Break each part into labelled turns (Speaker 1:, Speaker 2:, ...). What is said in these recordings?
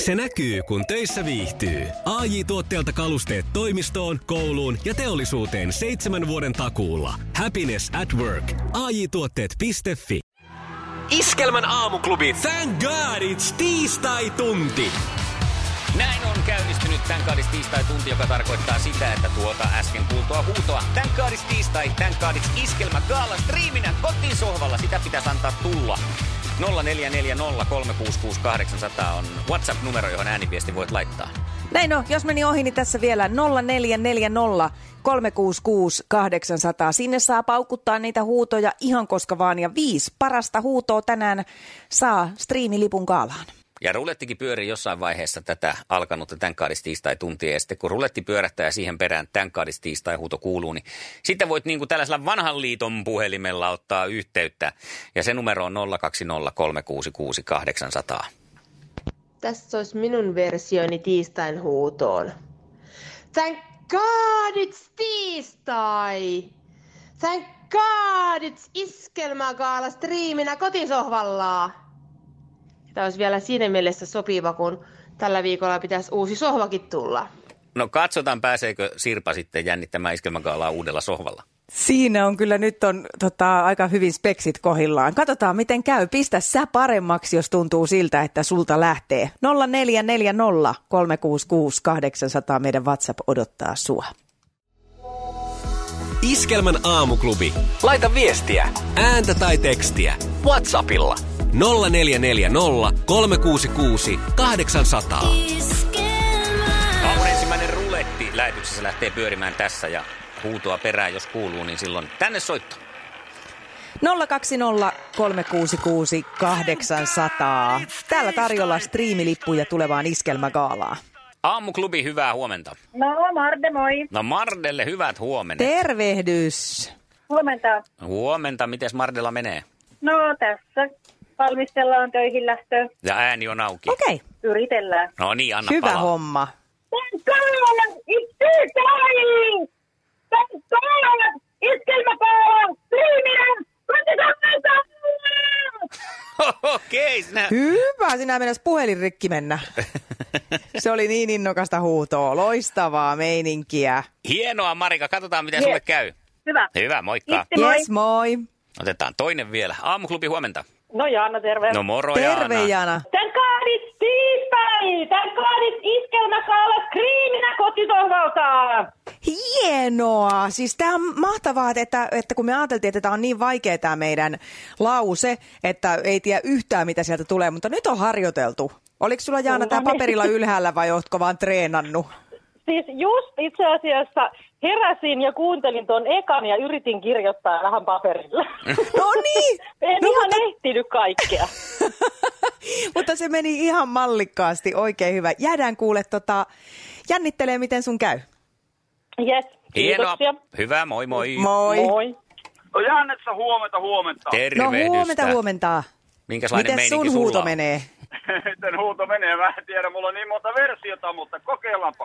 Speaker 1: Se näkyy, kun töissä viihtyy. ai tuotteelta kalusteet toimistoon, kouluun ja teollisuuteen seitsemän vuoden takuulla. Happiness at work. ai tuotteetfi Iskelmän aamuklubi. Thank God it's tiistai-tunti.
Speaker 2: Näin on käynnistynyt Tän kaadis tiistai tunti, joka tarkoittaa sitä, että tuota äsken kuultua huutoa. Tän kaadis tiistai, tän kaadis iskelmä kaala striiminä kotisohvalla. Sitä pitäisi antaa tulla. 0440366800 on WhatsApp-numero, johon ääniviesti voit laittaa.
Speaker 3: Näin on, jos meni ohi, niin tässä vielä 0440 366 800. Sinne saa paukuttaa niitä huutoja ihan koska vaan. Ja viisi parasta huutoa tänään saa striimilipun kaalaan.
Speaker 2: Ja rulettikin pyörii jossain vaiheessa tätä alkanutta tämän kaadis tiistai tuntia. Ja sitten kun ruletti pyörähtää ja siihen perään tämän kaadis tiistai huuto kuuluu, niin sitten voit niin kuin tällaisella vanhan liiton puhelimella ottaa yhteyttä. Ja se numero on 020366800.
Speaker 4: Tässä olisi minun versioni tiistain huutoon. Thank God it's tiistai! Thank God it's iskelmäkaala striiminä kotisohvalla! Tämä olisi vielä siinä mielessä sopiva, kun tällä viikolla pitäisi uusi sohvakin tulla.
Speaker 2: No katsotaan, pääseekö Sirpa sitten jännittämään iskelmäkaalaa uudella sohvalla.
Speaker 3: Siinä on kyllä nyt on tota, aika hyvin speksit kohillaan. Katsotaan miten käy. Pistä sä paremmaksi, jos tuntuu siltä, että sulta lähtee. 0440 366 800 meidän WhatsApp odottaa sua.
Speaker 1: Iskelmän aamuklubi. Laita viestiä, ääntä tai tekstiä. WhatsAppilla 0440 366 800.
Speaker 2: Aamun ensimmäinen ruletti lähetyksessä lähtee pyörimään tässä ja huutoa perään, jos kuuluu, niin silloin tänne soitto.
Speaker 3: 020 366 800. Täällä tarjolla striimilippuja tulevaan iskelmägaalaan.
Speaker 2: Aamuklubi, hyvää huomenta.
Speaker 5: No, Marde, moi.
Speaker 2: No Mardelle hyvät huomenet.
Speaker 3: Tervehdys!
Speaker 5: Huomenta.
Speaker 2: Huomenta, miten Mardella menee?
Speaker 5: No, tässä valmistellaan töihin lähtöä.
Speaker 2: Ja ääni on auki.
Speaker 3: Okei, okay.
Speaker 5: Yritellään.
Speaker 2: No niin, anna
Speaker 3: hyvä
Speaker 2: palaa.
Speaker 3: homma.
Speaker 5: Tänkaan! Itsekai! Tänkaan! Iskelmäpaa! Striiminä! Kotitamme
Speaker 2: Okei, sinä...
Speaker 3: Hyvä, sinä mennäs puhelinrikki mennä. Se oli niin innokasta huutoa, loistavaa meininkiä.
Speaker 2: Hienoa Marika, katsotaan miten sulle käy.
Speaker 5: Hyvä.
Speaker 2: Hyvä, moikka.
Speaker 5: Itse- Moi.
Speaker 3: Yes, moi.
Speaker 2: Otetaan toinen vielä. Aamuklubi, huomenta.
Speaker 5: No Jaana, terve.
Speaker 2: No moro
Speaker 3: Terve
Speaker 2: Jaana.
Speaker 3: Jana.
Speaker 5: Tänkaan it's tiistai! Tänkaan it's iskelmäkaala striiminä kotisohvalta!
Speaker 3: Hienoa! Siis tämä on mahtavaa, että, että kun me ajateltiin, että tämä on niin vaikea tämä meidän lause, että ei tiedä yhtään mitä sieltä tulee, mutta nyt on harjoiteltu. Oliko sulla Jaana tämä paperilla ylhäällä vai ootko vaan treenannut?
Speaker 5: Siis just itse asiassa heräsin ja kuuntelin tuon ekan ja yritin kirjoittaa vähän paperilla.
Speaker 3: No niin!
Speaker 5: en
Speaker 3: No,
Speaker 5: no, ihan
Speaker 3: mutta-
Speaker 5: mutta... ehtinyt kaikkea.
Speaker 3: Mutta se meni ihan mallikkaasti, oikein hyvä. Jäädään kuule, tota, jännittelee miten sun käy. No,
Speaker 5: Yes,
Speaker 2: Hienoa.
Speaker 5: kiitoksia.
Speaker 2: Hyvä, moi moi.
Speaker 3: Moi!
Speaker 5: Moi.
Speaker 6: No Jannessa huomenta, huomenta.
Speaker 3: No
Speaker 2: Tervehdystä.
Speaker 3: huomenta, huomenta.
Speaker 2: Minkälainen
Speaker 3: Miten sun
Speaker 2: meininki sulla
Speaker 3: huuto
Speaker 2: on?
Speaker 3: menee?
Speaker 6: Miten huuto menee, mä en tiedä, mulla on niin monta versiota, mutta kokeillaanpa.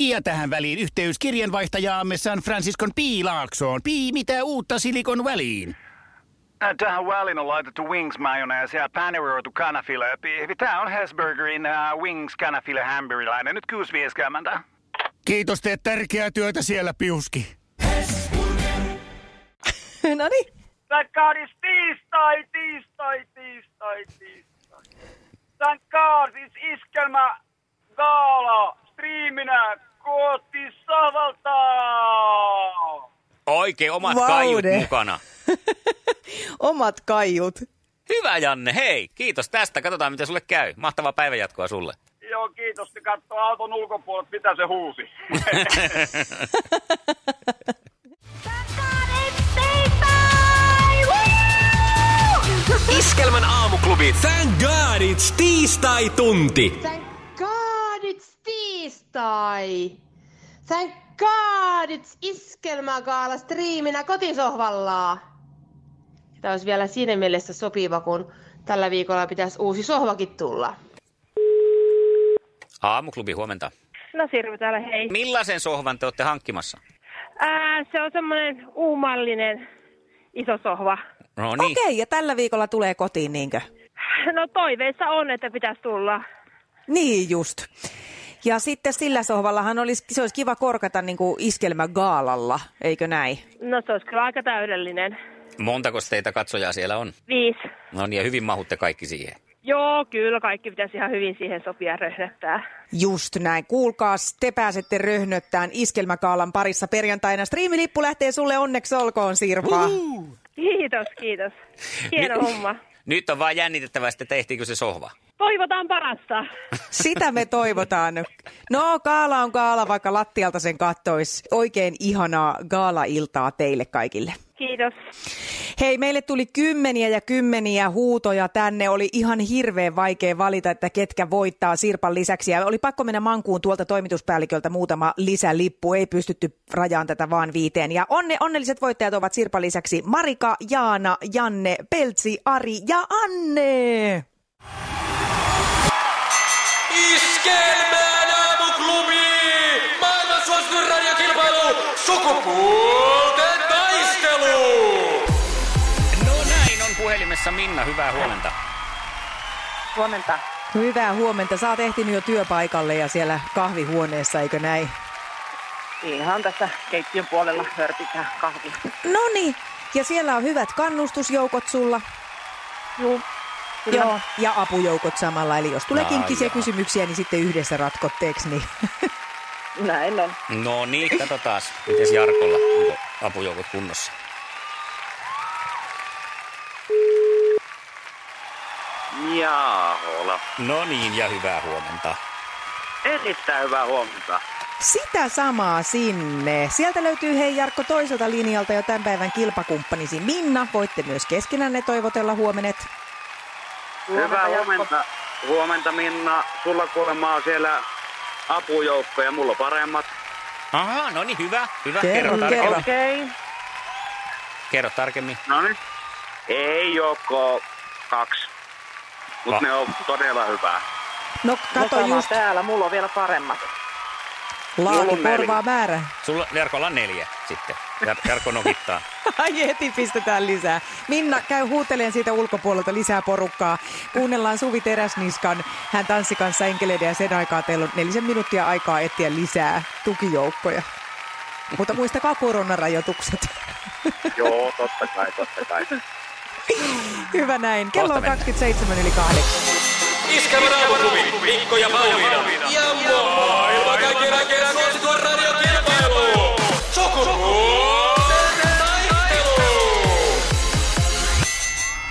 Speaker 7: Ja tähän väliin yhteys kirjanvaihtajaamme San Franciscon P. Laaksoon. Pii, mitä uutta Silikon väliin?
Speaker 6: Ä, Tähän väliin on laitettu wings mayonnaise ja paneroitu kanafila. Tämä on Hesburgerin uh, wings kanafila hamburilainen. Nyt 6.50.
Speaker 7: Kiitos, teet tärkeää työtä siellä, Piuski.
Speaker 3: no niin.
Speaker 6: Thank God it's tiistai, tiistai, tiistai, tiistai. Thank God it's iskelmä gaala striiminä kotisavalta.
Speaker 2: Oikein omat
Speaker 3: Vaude.
Speaker 2: kaiut mukana.
Speaker 3: Omat kaiut.
Speaker 2: Niin. Hyvä Janne, hei, kiitos tästä. Katsotaan mitä sulle käy. Mahtavaa päivänjatkoa sulle.
Speaker 6: Joo, kiitos. Se katsoo auton ulkopuolelta, mitä se huusi.
Speaker 1: Iskelmän aamuklubi. Thank God it's tiistai-tunti.
Speaker 4: Thank tiistai! Thank God it's iskelmägaala striiminä kotisohvalla! Tämä olisi vielä siinä mielessä sopiva, kun tällä viikolla pitäisi uusi sohvakin tulla.
Speaker 2: Aamuklubi, huomenta.
Speaker 5: No Sirvi täällä, hei.
Speaker 2: Millaisen sohvan te olette hankkimassa?
Speaker 5: Ää, se on semmoinen uumallinen iso sohva.
Speaker 2: No niin.
Speaker 3: Okei, ja tällä viikolla tulee kotiin, niinkö?
Speaker 5: No toiveissa on, että pitäisi tulla.
Speaker 3: Niin just. Ja sitten sillä sohvallahan olisi, se olisi kiva korkata niin kuin iskelmägaalalla, eikö näin?
Speaker 5: No se olisi kyllä aika täydellinen.
Speaker 2: Montako teitä katsojaa siellä on?
Speaker 5: Viisi.
Speaker 2: No niin, ja hyvin mahutte kaikki siihen.
Speaker 5: Joo, kyllä kaikki pitäisi ihan hyvin siihen sopia ja röhnättää.
Speaker 3: Just näin. Kuulkaas, te pääsette röhnöttään iskelmäkaalan parissa perjantaina. Striimilippu lähtee sulle onneksi olkoon, Sirpa.
Speaker 5: Kiitos, kiitos. Hieno
Speaker 2: Ni-
Speaker 5: homma.
Speaker 2: Nyt on vaan jännitettävä, että tehtiinkö se sohva.
Speaker 5: Toivotaan parasta.
Speaker 3: Sitä me toivotaan. No, kaala on kaala, vaikka lattialta sen kattois. Oikein ihanaa gaalailtaa teille kaikille.
Speaker 5: Kiitos.
Speaker 3: Hei, meille tuli kymmeniä ja kymmeniä huutoja tänne. Oli ihan hirveän vaikea valita, että ketkä voittaa Sirpan lisäksi. Ja oli pakko mennä mankuun tuolta toimituspäälliköltä muutama lisälippu. Ei pystytty rajaan tätä vaan viiteen. Ja onne, onnelliset voittajat ovat Sirpan lisäksi Marika, Jaana, Janne, Peltsi, Ari ja Anne.
Speaker 8: Iskelmään aamuklubi! Maailman suosituin radiokilpailu! Sukupuolten taistelu!
Speaker 2: No näin on puhelimessa Minna, hyvää huomenta.
Speaker 5: Huomenta.
Speaker 3: Hyvää huomenta. Sä oot ehtinyt jo työpaikalle ja siellä kahvihuoneessa, eikö näin?
Speaker 5: Ihan tässä keittiön puolella hörpitään kahvi.
Speaker 3: Noni, No niin. ja siellä on hyvät kannustusjoukot sulla.
Speaker 5: Juu. Kyllä.
Speaker 3: Joo, ja apujoukot samalla. Eli jos tulee
Speaker 2: Ai
Speaker 3: kinkkisiä
Speaker 2: jaha.
Speaker 3: kysymyksiä, niin sitten yhdessä ratkotteeksi. Niin.
Speaker 5: Näin on.
Speaker 2: No niin, katsotaan, miten Jarkolla onko apujoukot kunnossa.
Speaker 8: Jaahola.
Speaker 2: No niin, ja hyvää huomenta.
Speaker 8: Erittäin hyvää huomenta.
Speaker 3: Sitä samaa sinne. Sieltä löytyy hei Jarkko toiselta linjalta jo tämän päivän kilpakumppanisi Minna. Voitte myös keskenänne toivotella huomenet.
Speaker 8: Hyvää huomenta. Huomenta Minna. Sulla kuulemma on siellä apujoukko ja mulla paremmat.
Speaker 2: Aha, no niin, hyvä, hyvä.
Speaker 3: Kerro,
Speaker 2: tar-
Speaker 3: kerro.
Speaker 5: Okei. Okay.
Speaker 2: kerro tarkemmin.
Speaker 8: No niin. Ei joko kaksi. Mut
Speaker 2: Ah.
Speaker 8: ne on todella hyvää.
Speaker 3: No kato just,
Speaker 5: täällä, mulla on vielä paremmat.
Speaker 3: laatu
Speaker 8: Mulla on
Speaker 3: korvaa määrä.
Speaker 2: Sulla Jarkolla on neljä sitten. Jar- Jarkko nokittaa.
Speaker 3: Ai heti pistetään lisää. Minna, käy huuteleen siitä ulkopuolelta lisää porukkaa. Kuunnellaan Suvi Teräsniskan. Hän tanssi kanssa enkeleiden ja sen aikaa teillä on nelisen minuuttia aikaa etsiä lisää tukijoukkoja. Mutta muistakaa koronarajoitukset.
Speaker 8: Joo, totta kai, totta kai.
Speaker 3: Hyvä näin. Kello on
Speaker 2: Kohta mennään.
Speaker 3: 27 yli 8.
Speaker 8: Iskelmän aamuklubi, Mikko ja Pauliina. Ja maailman kaikkien aikeen suosituen radiokilpailu. Sukupuolten taistelu.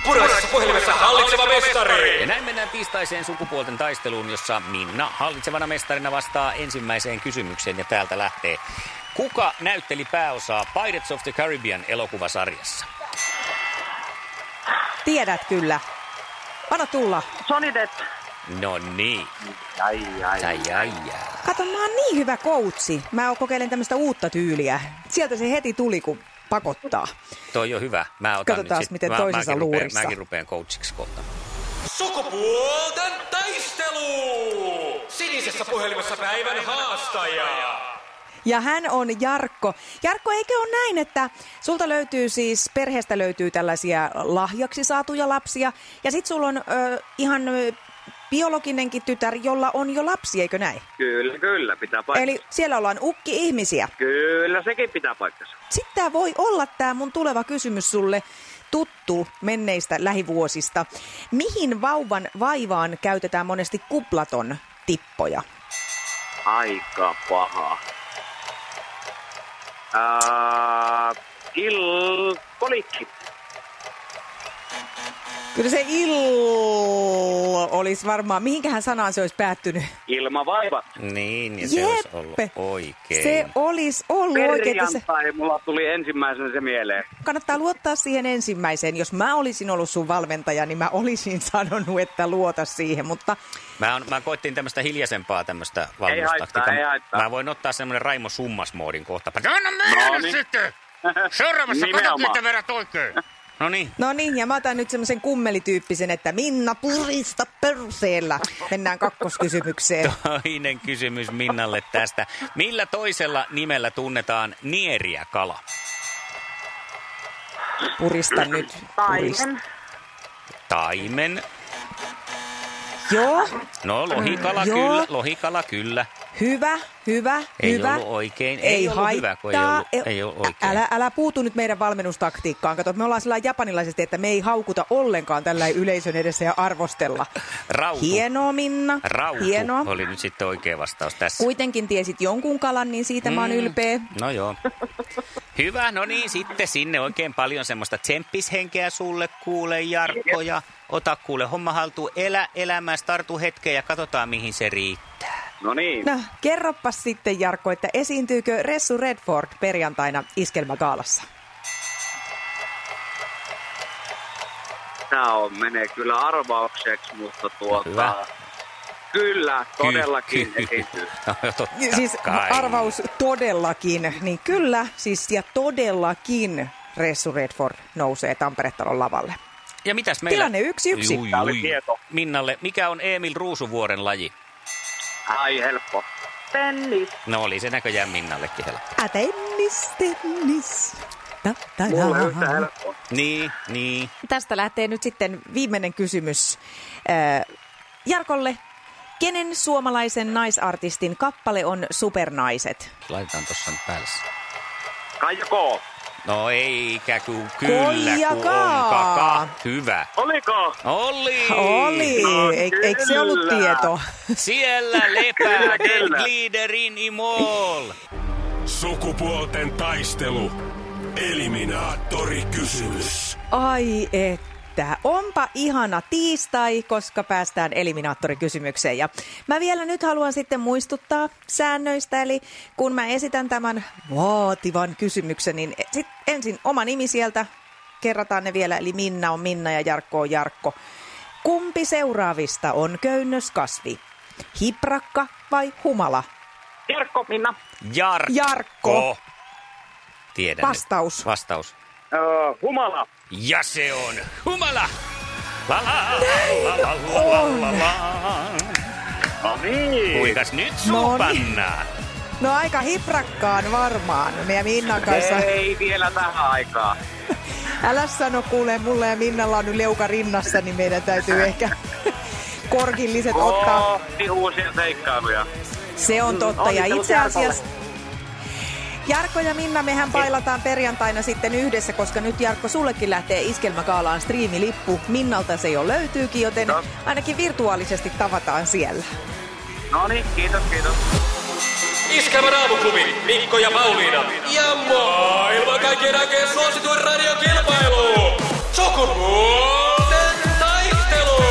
Speaker 8: Puraisessa puhelimessa hallitseva mestari.
Speaker 2: Ja näin mennään tiistaiseen sukupuolten taisteluun, jossa Minna hallitsevana mestarina vastaa ensimmäiseen kysymykseen ja täältä lähtee. Kuka näytteli pääosaa Pirates of the Caribbean elokuvasarjassa?
Speaker 3: Tiedät kyllä. Anna tulla.
Speaker 5: Johnny Depp.
Speaker 2: No niin,
Speaker 8: Ai, ai.
Speaker 2: ai ai ai.
Speaker 3: Kato, mä oon niin hyvä koutsi. Mä kokeilen tämmöistä uutta tyyliä. Sieltä se heti tuli, kun pakottaa.
Speaker 2: Toi on hyvä. Mä otan
Speaker 3: Katsotaan,
Speaker 2: nyt sit-
Speaker 3: miten
Speaker 2: mä,
Speaker 3: toisessa
Speaker 2: mäkin rupean-
Speaker 3: luurissa.
Speaker 2: Mäkin rupean coachiksi kohta.
Speaker 8: Sukupuolten taistelu. Sinisessä puhelimessa päivän haastaja.
Speaker 3: Ja hän on Jarkko. Jarkko, eikö ole näin, että sulta löytyy siis, perheestä löytyy tällaisia lahjaksi saatuja lapsia, ja sit sulla on ö, ihan ö, biologinenkin tytär, jolla on jo lapsi, eikö näin?
Speaker 8: Kyllä, kyllä, pitää paikkansa.
Speaker 3: Eli siellä ollaan ukki-ihmisiä.
Speaker 8: Kyllä, sekin pitää paikkansa.
Speaker 3: Sitten tämä voi olla tämä mun tuleva kysymys sulle tuttu menneistä lähivuosista. Mihin vauvan vaivaan käytetään monesti kuplaton tippoja?
Speaker 8: Aika paha. Ää, il... Kolikki.
Speaker 3: Kyllä se ill olisi varmaan, mihinkähän sanaan se olisi päättynyt.
Speaker 8: Ilmavaivat.
Speaker 2: Niin, ja se olisi ollut oikein.
Speaker 3: Se olisi ollut oikein. että Se
Speaker 8: Perjantai mulla tuli ensimmäisenä se mieleen.
Speaker 3: kannattaa luottaa siihen ensimmäiseen. Jos mä olisin ollut sun valmentaja, niin mä olisin sanonut, että luota siihen. Mutta
Speaker 2: Mä, on, mä koittiin tämmöistä hiljaisempaa tämmöistä
Speaker 8: haittaa, ei haittaa.
Speaker 2: Mä voin ottaa semmoinen Raimo Summas-moodin kohta. Anna mennä
Speaker 8: No niin.
Speaker 2: sitten! Seuraavassa katot,
Speaker 8: Nimenomaan.
Speaker 2: mitä verrat oikein. No niin.
Speaker 3: no niin, ja mä otan nyt semmoisen kummelityyppisen, että Minna purista perseellä. Mennään kakkoskysymykseen.
Speaker 2: Toinen kysymys Minnalle tästä. Millä toisella nimellä tunnetaan nieriä kala?
Speaker 3: Purista nyt. Purista.
Speaker 4: Taimen.
Speaker 2: Taimen.
Speaker 3: Joo,
Speaker 2: No lohikala
Speaker 3: Mm, Joo.
Speaker 2: kyllä, lohikala kyllä.
Speaker 3: hyvä, hyvä,
Speaker 2: Ei
Speaker 3: hyvä.
Speaker 2: ollut oikein. Ei ollut hyvä, kun ei
Speaker 3: haittaa.
Speaker 2: ollut- ei ollut
Speaker 3: Ä-
Speaker 2: oikein.
Speaker 3: Älä, älä puutu nyt meidän valmennustaktiikkaan. Kato, me ollaan sillä lailla japanilaisesti, että me ei haukuta ollenkaan tällä yleisön edessä ja arvostella.
Speaker 2: Rautu.
Speaker 3: Hienoa, Minna.
Speaker 2: Rautu
Speaker 3: Hienoa.
Speaker 2: oli nyt sitten oikea vastaus tässä.
Speaker 3: Kuitenkin tiesit jonkun kalan, niin siitä mä oon ylpeä.
Speaker 2: No joo. Hyvä, no niin sitten sinne oikein paljon semmoista tsemppishenkeä sulle kuule Jarkko ja ota kuule homma haltuun, elä elämää, startu hetkeen ja katsotaan mihin se riittää.
Speaker 8: No niin.
Speaker 3: No, kerropas sitten Jarkko, että esiintyykö Ressu Redford perjantaina iskelmägaalassa?
Speaker 8: Tää on, menee kyllä arvaukseksi, mutta tuota...
Speaker 2: Hyvä.
Speaker 8: Kyllä, todellakin
Speaker 2: Ky- ky-
Speaker 8: esiintyy.
Speaker 2: No, totta
Speaker 3: Siis
Speaker 2: kai.
Speaker 3: arvaus todellakin, niin kyllä, siis ja todellakin Ressu Redford nousee Tampere-talon lavalle.
Speaker 2: Ja mitäs meillä?
Speaker 3: Tilanne yksi yksi.
Speaker 2: Jui,
Speaker 8: Tää oli
Speaker 2: jui.
Speaker 8: tieto.
Speaker 2: Minnalle, mikä on Emil Ruusuvuoren laji?
Speaker 8: Ai helppo.
Speaker 5: Tennis.
Speaker 2: No oli se näköjään Minnallekin helppo.
Speaker 3: Ä, tennis, tennis. Ta, ta,
Speaker 8: Mulle
Speaker 3: ta.
Speaker 8: yhtä helppo.
Speaker 2: Niin, niin.
Speaker 3: Tästä lähtee nyt sitten viimeinen kysymys äh, Jarkolle. Kenen suomalaisen naisartistin kappale on Supernaiset?
Speaker 2: Laitetaan tuossa nyt päälle. se.
Speaker 8: Kaija K.
Speaker 2: No eikä ku, kyllä,
Speaker 3: Koijakaa.
Speaker 2: kun on kaka. Hyvä.
Speaker 8: Oliko?
Speaker 2: Olli!
Speaker 3: Oli,
Speaker 8: No,
Speaker 3: Eik- eikö se ollut
Speaker 8: kyllä.
Speaker 3: tieto?
Speaker 2: Siellä lepää Den
Speaker 8: Kyllä, kyllä.
Speaker 2: Gliederin imol.
Speaker 9: Sukupuolten taistelu. Eliminaattori kysymys.
Speaker 3: Ai että, onpa ihana tiistai, koska päästään eliminaattorikysymykseen. Ja mä vielä nyt haluan sitten muistuttaa säännöistä, eli kun mä esitän tämän vaativan kysymyksen, niin sit ensin oma nimi sieltä, kerrataan ne vielä, eli Minna on Minna ja Jarkko on Jarkko. Kumpi seuraavista on köynnöskasvi? Hiprakka vai humala?
Speaker 5: Jarkko, Minna.
Speaker 2: Jarkko.
Speaker 3: Jarkko.
Speaker 2: Tiedän
Speaker 3: Vastaus.
Speaker 2: Nyt. Vastaus.
Speaker 8: Öö, humala.
Speaker 2: Ja se on humala. La la la la la la la.
Speaker 8: No niin.
Speaker 2: Kuinkas nyt
Speaker 3: No
Speaker 2: suu
Speaker 3: niin.
Speaker 2: pannaan?
Speaker 3: No aika hiprakkaan varmaan, meidän Minnan kanssa.
Speaker 8: Ei vielä tähän aikaan.
Speaker 3: Älä sano kuule, mulla ja Minnalla on nyt leuka rinnassa, niin meidän täytyy ehkä korkilliset ottaa.
Speaker 8: Kohti uusia seikkailuja.
Speaker 3: Se on totta. Ja
Speaker 5: onnittelut
Speaker 3: itse asiassa... Jarkko ja Minna, mehän pailataan perjantaina sitten yhdessä, koska nyt Jarkko, sullekin lähtee iskelmäkaalaan striimilippu. Minnalta se jo löytyykin, joten
Speaker 8: No.
Speaker 3: ainakin virtuaalisesti tavataan siellä.
Speaker 8: No niin, kiitos, kiitos.
Speaker 9: Iskävä raamuklubi, Mikko ja Pauliina. Ja maailman kaikkien aikeen suosituen radiokilpailu. Sukupuolten taistelu.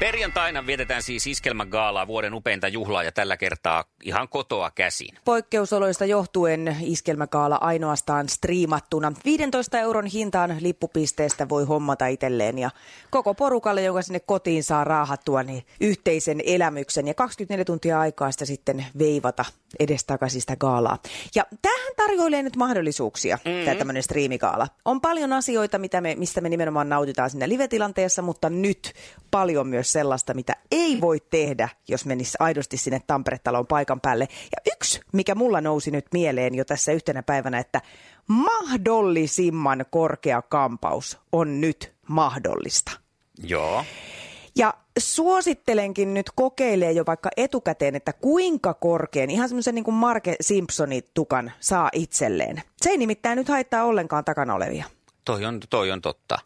Speaker 2: Perjantaina vietetään siis iskelmägaalaa vuoden upeinta juhlaa ja tällä kertaa ihan kotoa käsin.
Speaker 3: Poikkeusoloista johtuen iskelmäkaala ainoastaan striimattuna. 15 euron hintaan lippupisteestä voi hommata itselleen ja koko porukalle, jonka sinne kotiin saa raahattua, niin yhteisen elämyksen ja 24 tuntia aikaa sitä sitten veivata edestakaisin sitä gaalaa. Ja tähän tarjoilee nyt mahdollisuuksia, mm-hmm. tämä tämmöinen striimikaala. On paljon asioita, mitä me, mistä me nimenomaan nautitaan siinä live-tilanteessa, mutta nyt paljon myös sellaista, mitä ei voi tehdä, jos menisi aidosti sinne Tampere-talon paikan päälle. Ja yksi, mikä mulla nousi nyt mieleen jo tässä yhtenä päivänä, että mahdollisimman korkea kampaus on nyt mahdollista.
Speaker 2: Joo.
Speaker 3: Ja suosittelenkin nyt kokeilee jo vaikka etukäteen, että kuinka korkean, ihan semmoisen niin kuin Marke Simpsonin tukan saa itselleen. Se ei nimittäin nyt haittaa ollenkaan takana olevia.
Speaker 2: Toi on, toi on totta.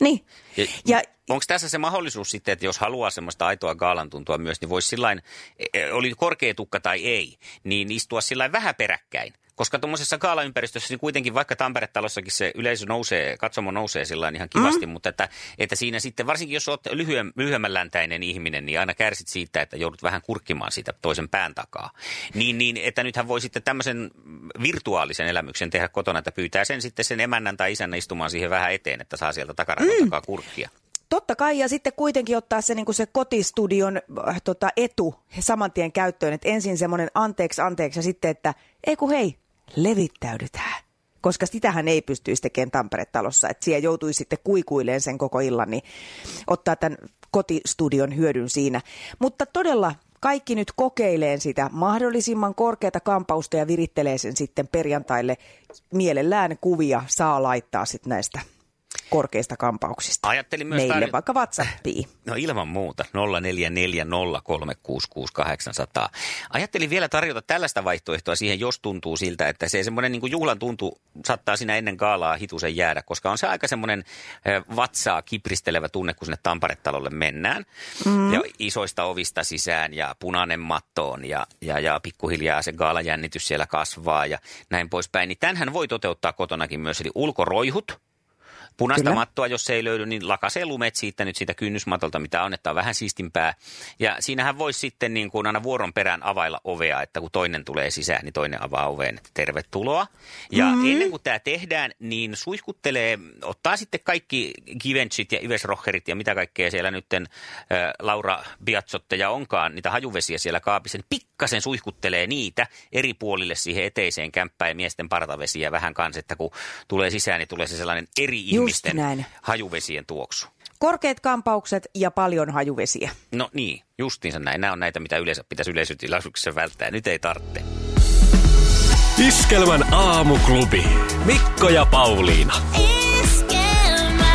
Speaker 3: Niin.
Speaker 2: Ja, ja
Speaker 3: Ja-
Speaker 2: onko tässä se mahdollisuus sitten, että jos haluaa semmoista aitoa gaalan tuntua e, myös, niin voisi sillain, eh, eh, oli korkea tukka tai ei, niin istua sillain vähän peräkkäin. Koska tuommoisessa kaalaympäristössä niin kuitenkin vaikka Tampere-talossakin se yleisö nousee, katsomo nousee sillä ihan kivasti, mm. mutta että, että, siinä sitten, varsinkin jos olet lyhyem, lyhyemmänläntäinen ihminen, niin aina kärsit siitä, että joudut vähän kurkkimaan siitä toisen pään takaa. Niin, niin että nythän voi sitten tämmöisen virtuaalisen elämyksen tehdä kotona, että pyytää sen sitten sen emännän tai isän istumaan siihen vähän eteen, että saa sieltä takaraton mm. takaa kurkkia.
Speaker 3: Totta kai, ja sitten kuitenkin ottaa se, niin se kotistudion äh, tota, etu saman tien käyttöön, että ensin semmoinen anteeksi, anteeksi, ja sitten, että ei kun hei, levittäydytään. Koska sitähän ei pystyisi tekemään Tampere-talossa, että siellä joutuisi sitten kuikuileen sen koko illan, niin ottaa tämän kotistudion hyödyn siinä. Mutta todella kaikki nyt kokeileen sitä mahdollisimman korkeata kampausta ja virittelee sen sitten perjantaille. Mielellään kuvia saa laittaa sitten näistä korkeista kampauksista.
Speaker 2: Ajattelin myös
Speaker 3: Meille
Speaker 2: tarjo-
Speaker 3: vaikka WhatsAppiin.
Speaker 2: No ilman muuta, 0440366800. Ajattelin vielä tarjota tällaista vaihtoehtoa siihen, jos tuntuu siltä, että se semmoinen niin juhlan tuntu saattaa siinä ennen kaalaa hitusen jäädä, koska on se aika semmoinen eh, vatsaa kipristelevä tunne, kun sinne Tampere-talolle mennään. Mm. Ja isoista ovista sisään ja punainen mattoon ja, ja, ja pikkuhiljaa se gaalajännitys siellä kasvaa ja näin poispäin. Niin tämänhän voi toteuttaa kotonakin myös, eli ulkoroihut punaista Kyllä.
Speaker 3: Kyllä.
Speaker 2: mattoa, jos ei löydy, niin lakasee lumet siitä nyt siitä kynnysmatolta, mitä on, että on vähän siistimpää. Ja siinähän voisi sitten niin kuin aina vuoron perään availla ovea, että kun toinen tulee sisään, niin toinen avaa oveen, että tervetuloa. Ja mm-hmm. ennen kuin tämä tehdään, niin suihkuttelee, ottaa sitten kaikki Givenchyt ja Ivesrocherit ja mitä kaikkea siellä nytten äh, Laura Biazzotteja onkaan, niitä hajuvesiä siellä kaapissa, niin pikkasen suihkuttelee niitä eri puolille siihen eteiseen kämppään ja miesten partavesiä vähän kanssa, että kun tulee sisään, niin tulee se sellainen eri
Speaker 3: Just
Speaker 2: ihmisten
Speaker 3: näin.
Speaker 2: hajuvesien tuoksu.
Speaker 3: Korkeat kampaukset ja paljon hajuvesiä.
Speaker 2: No niin, justiinsa näin. Nämä on näitä, mitä yleensä pitäisi yleisötilaisuuksissa välttää. Nyt ei tarvitse.
Speaker 1: Iskelmän aamuklubi. Mikko ja Pauliina.
Speaker 10: Esquema.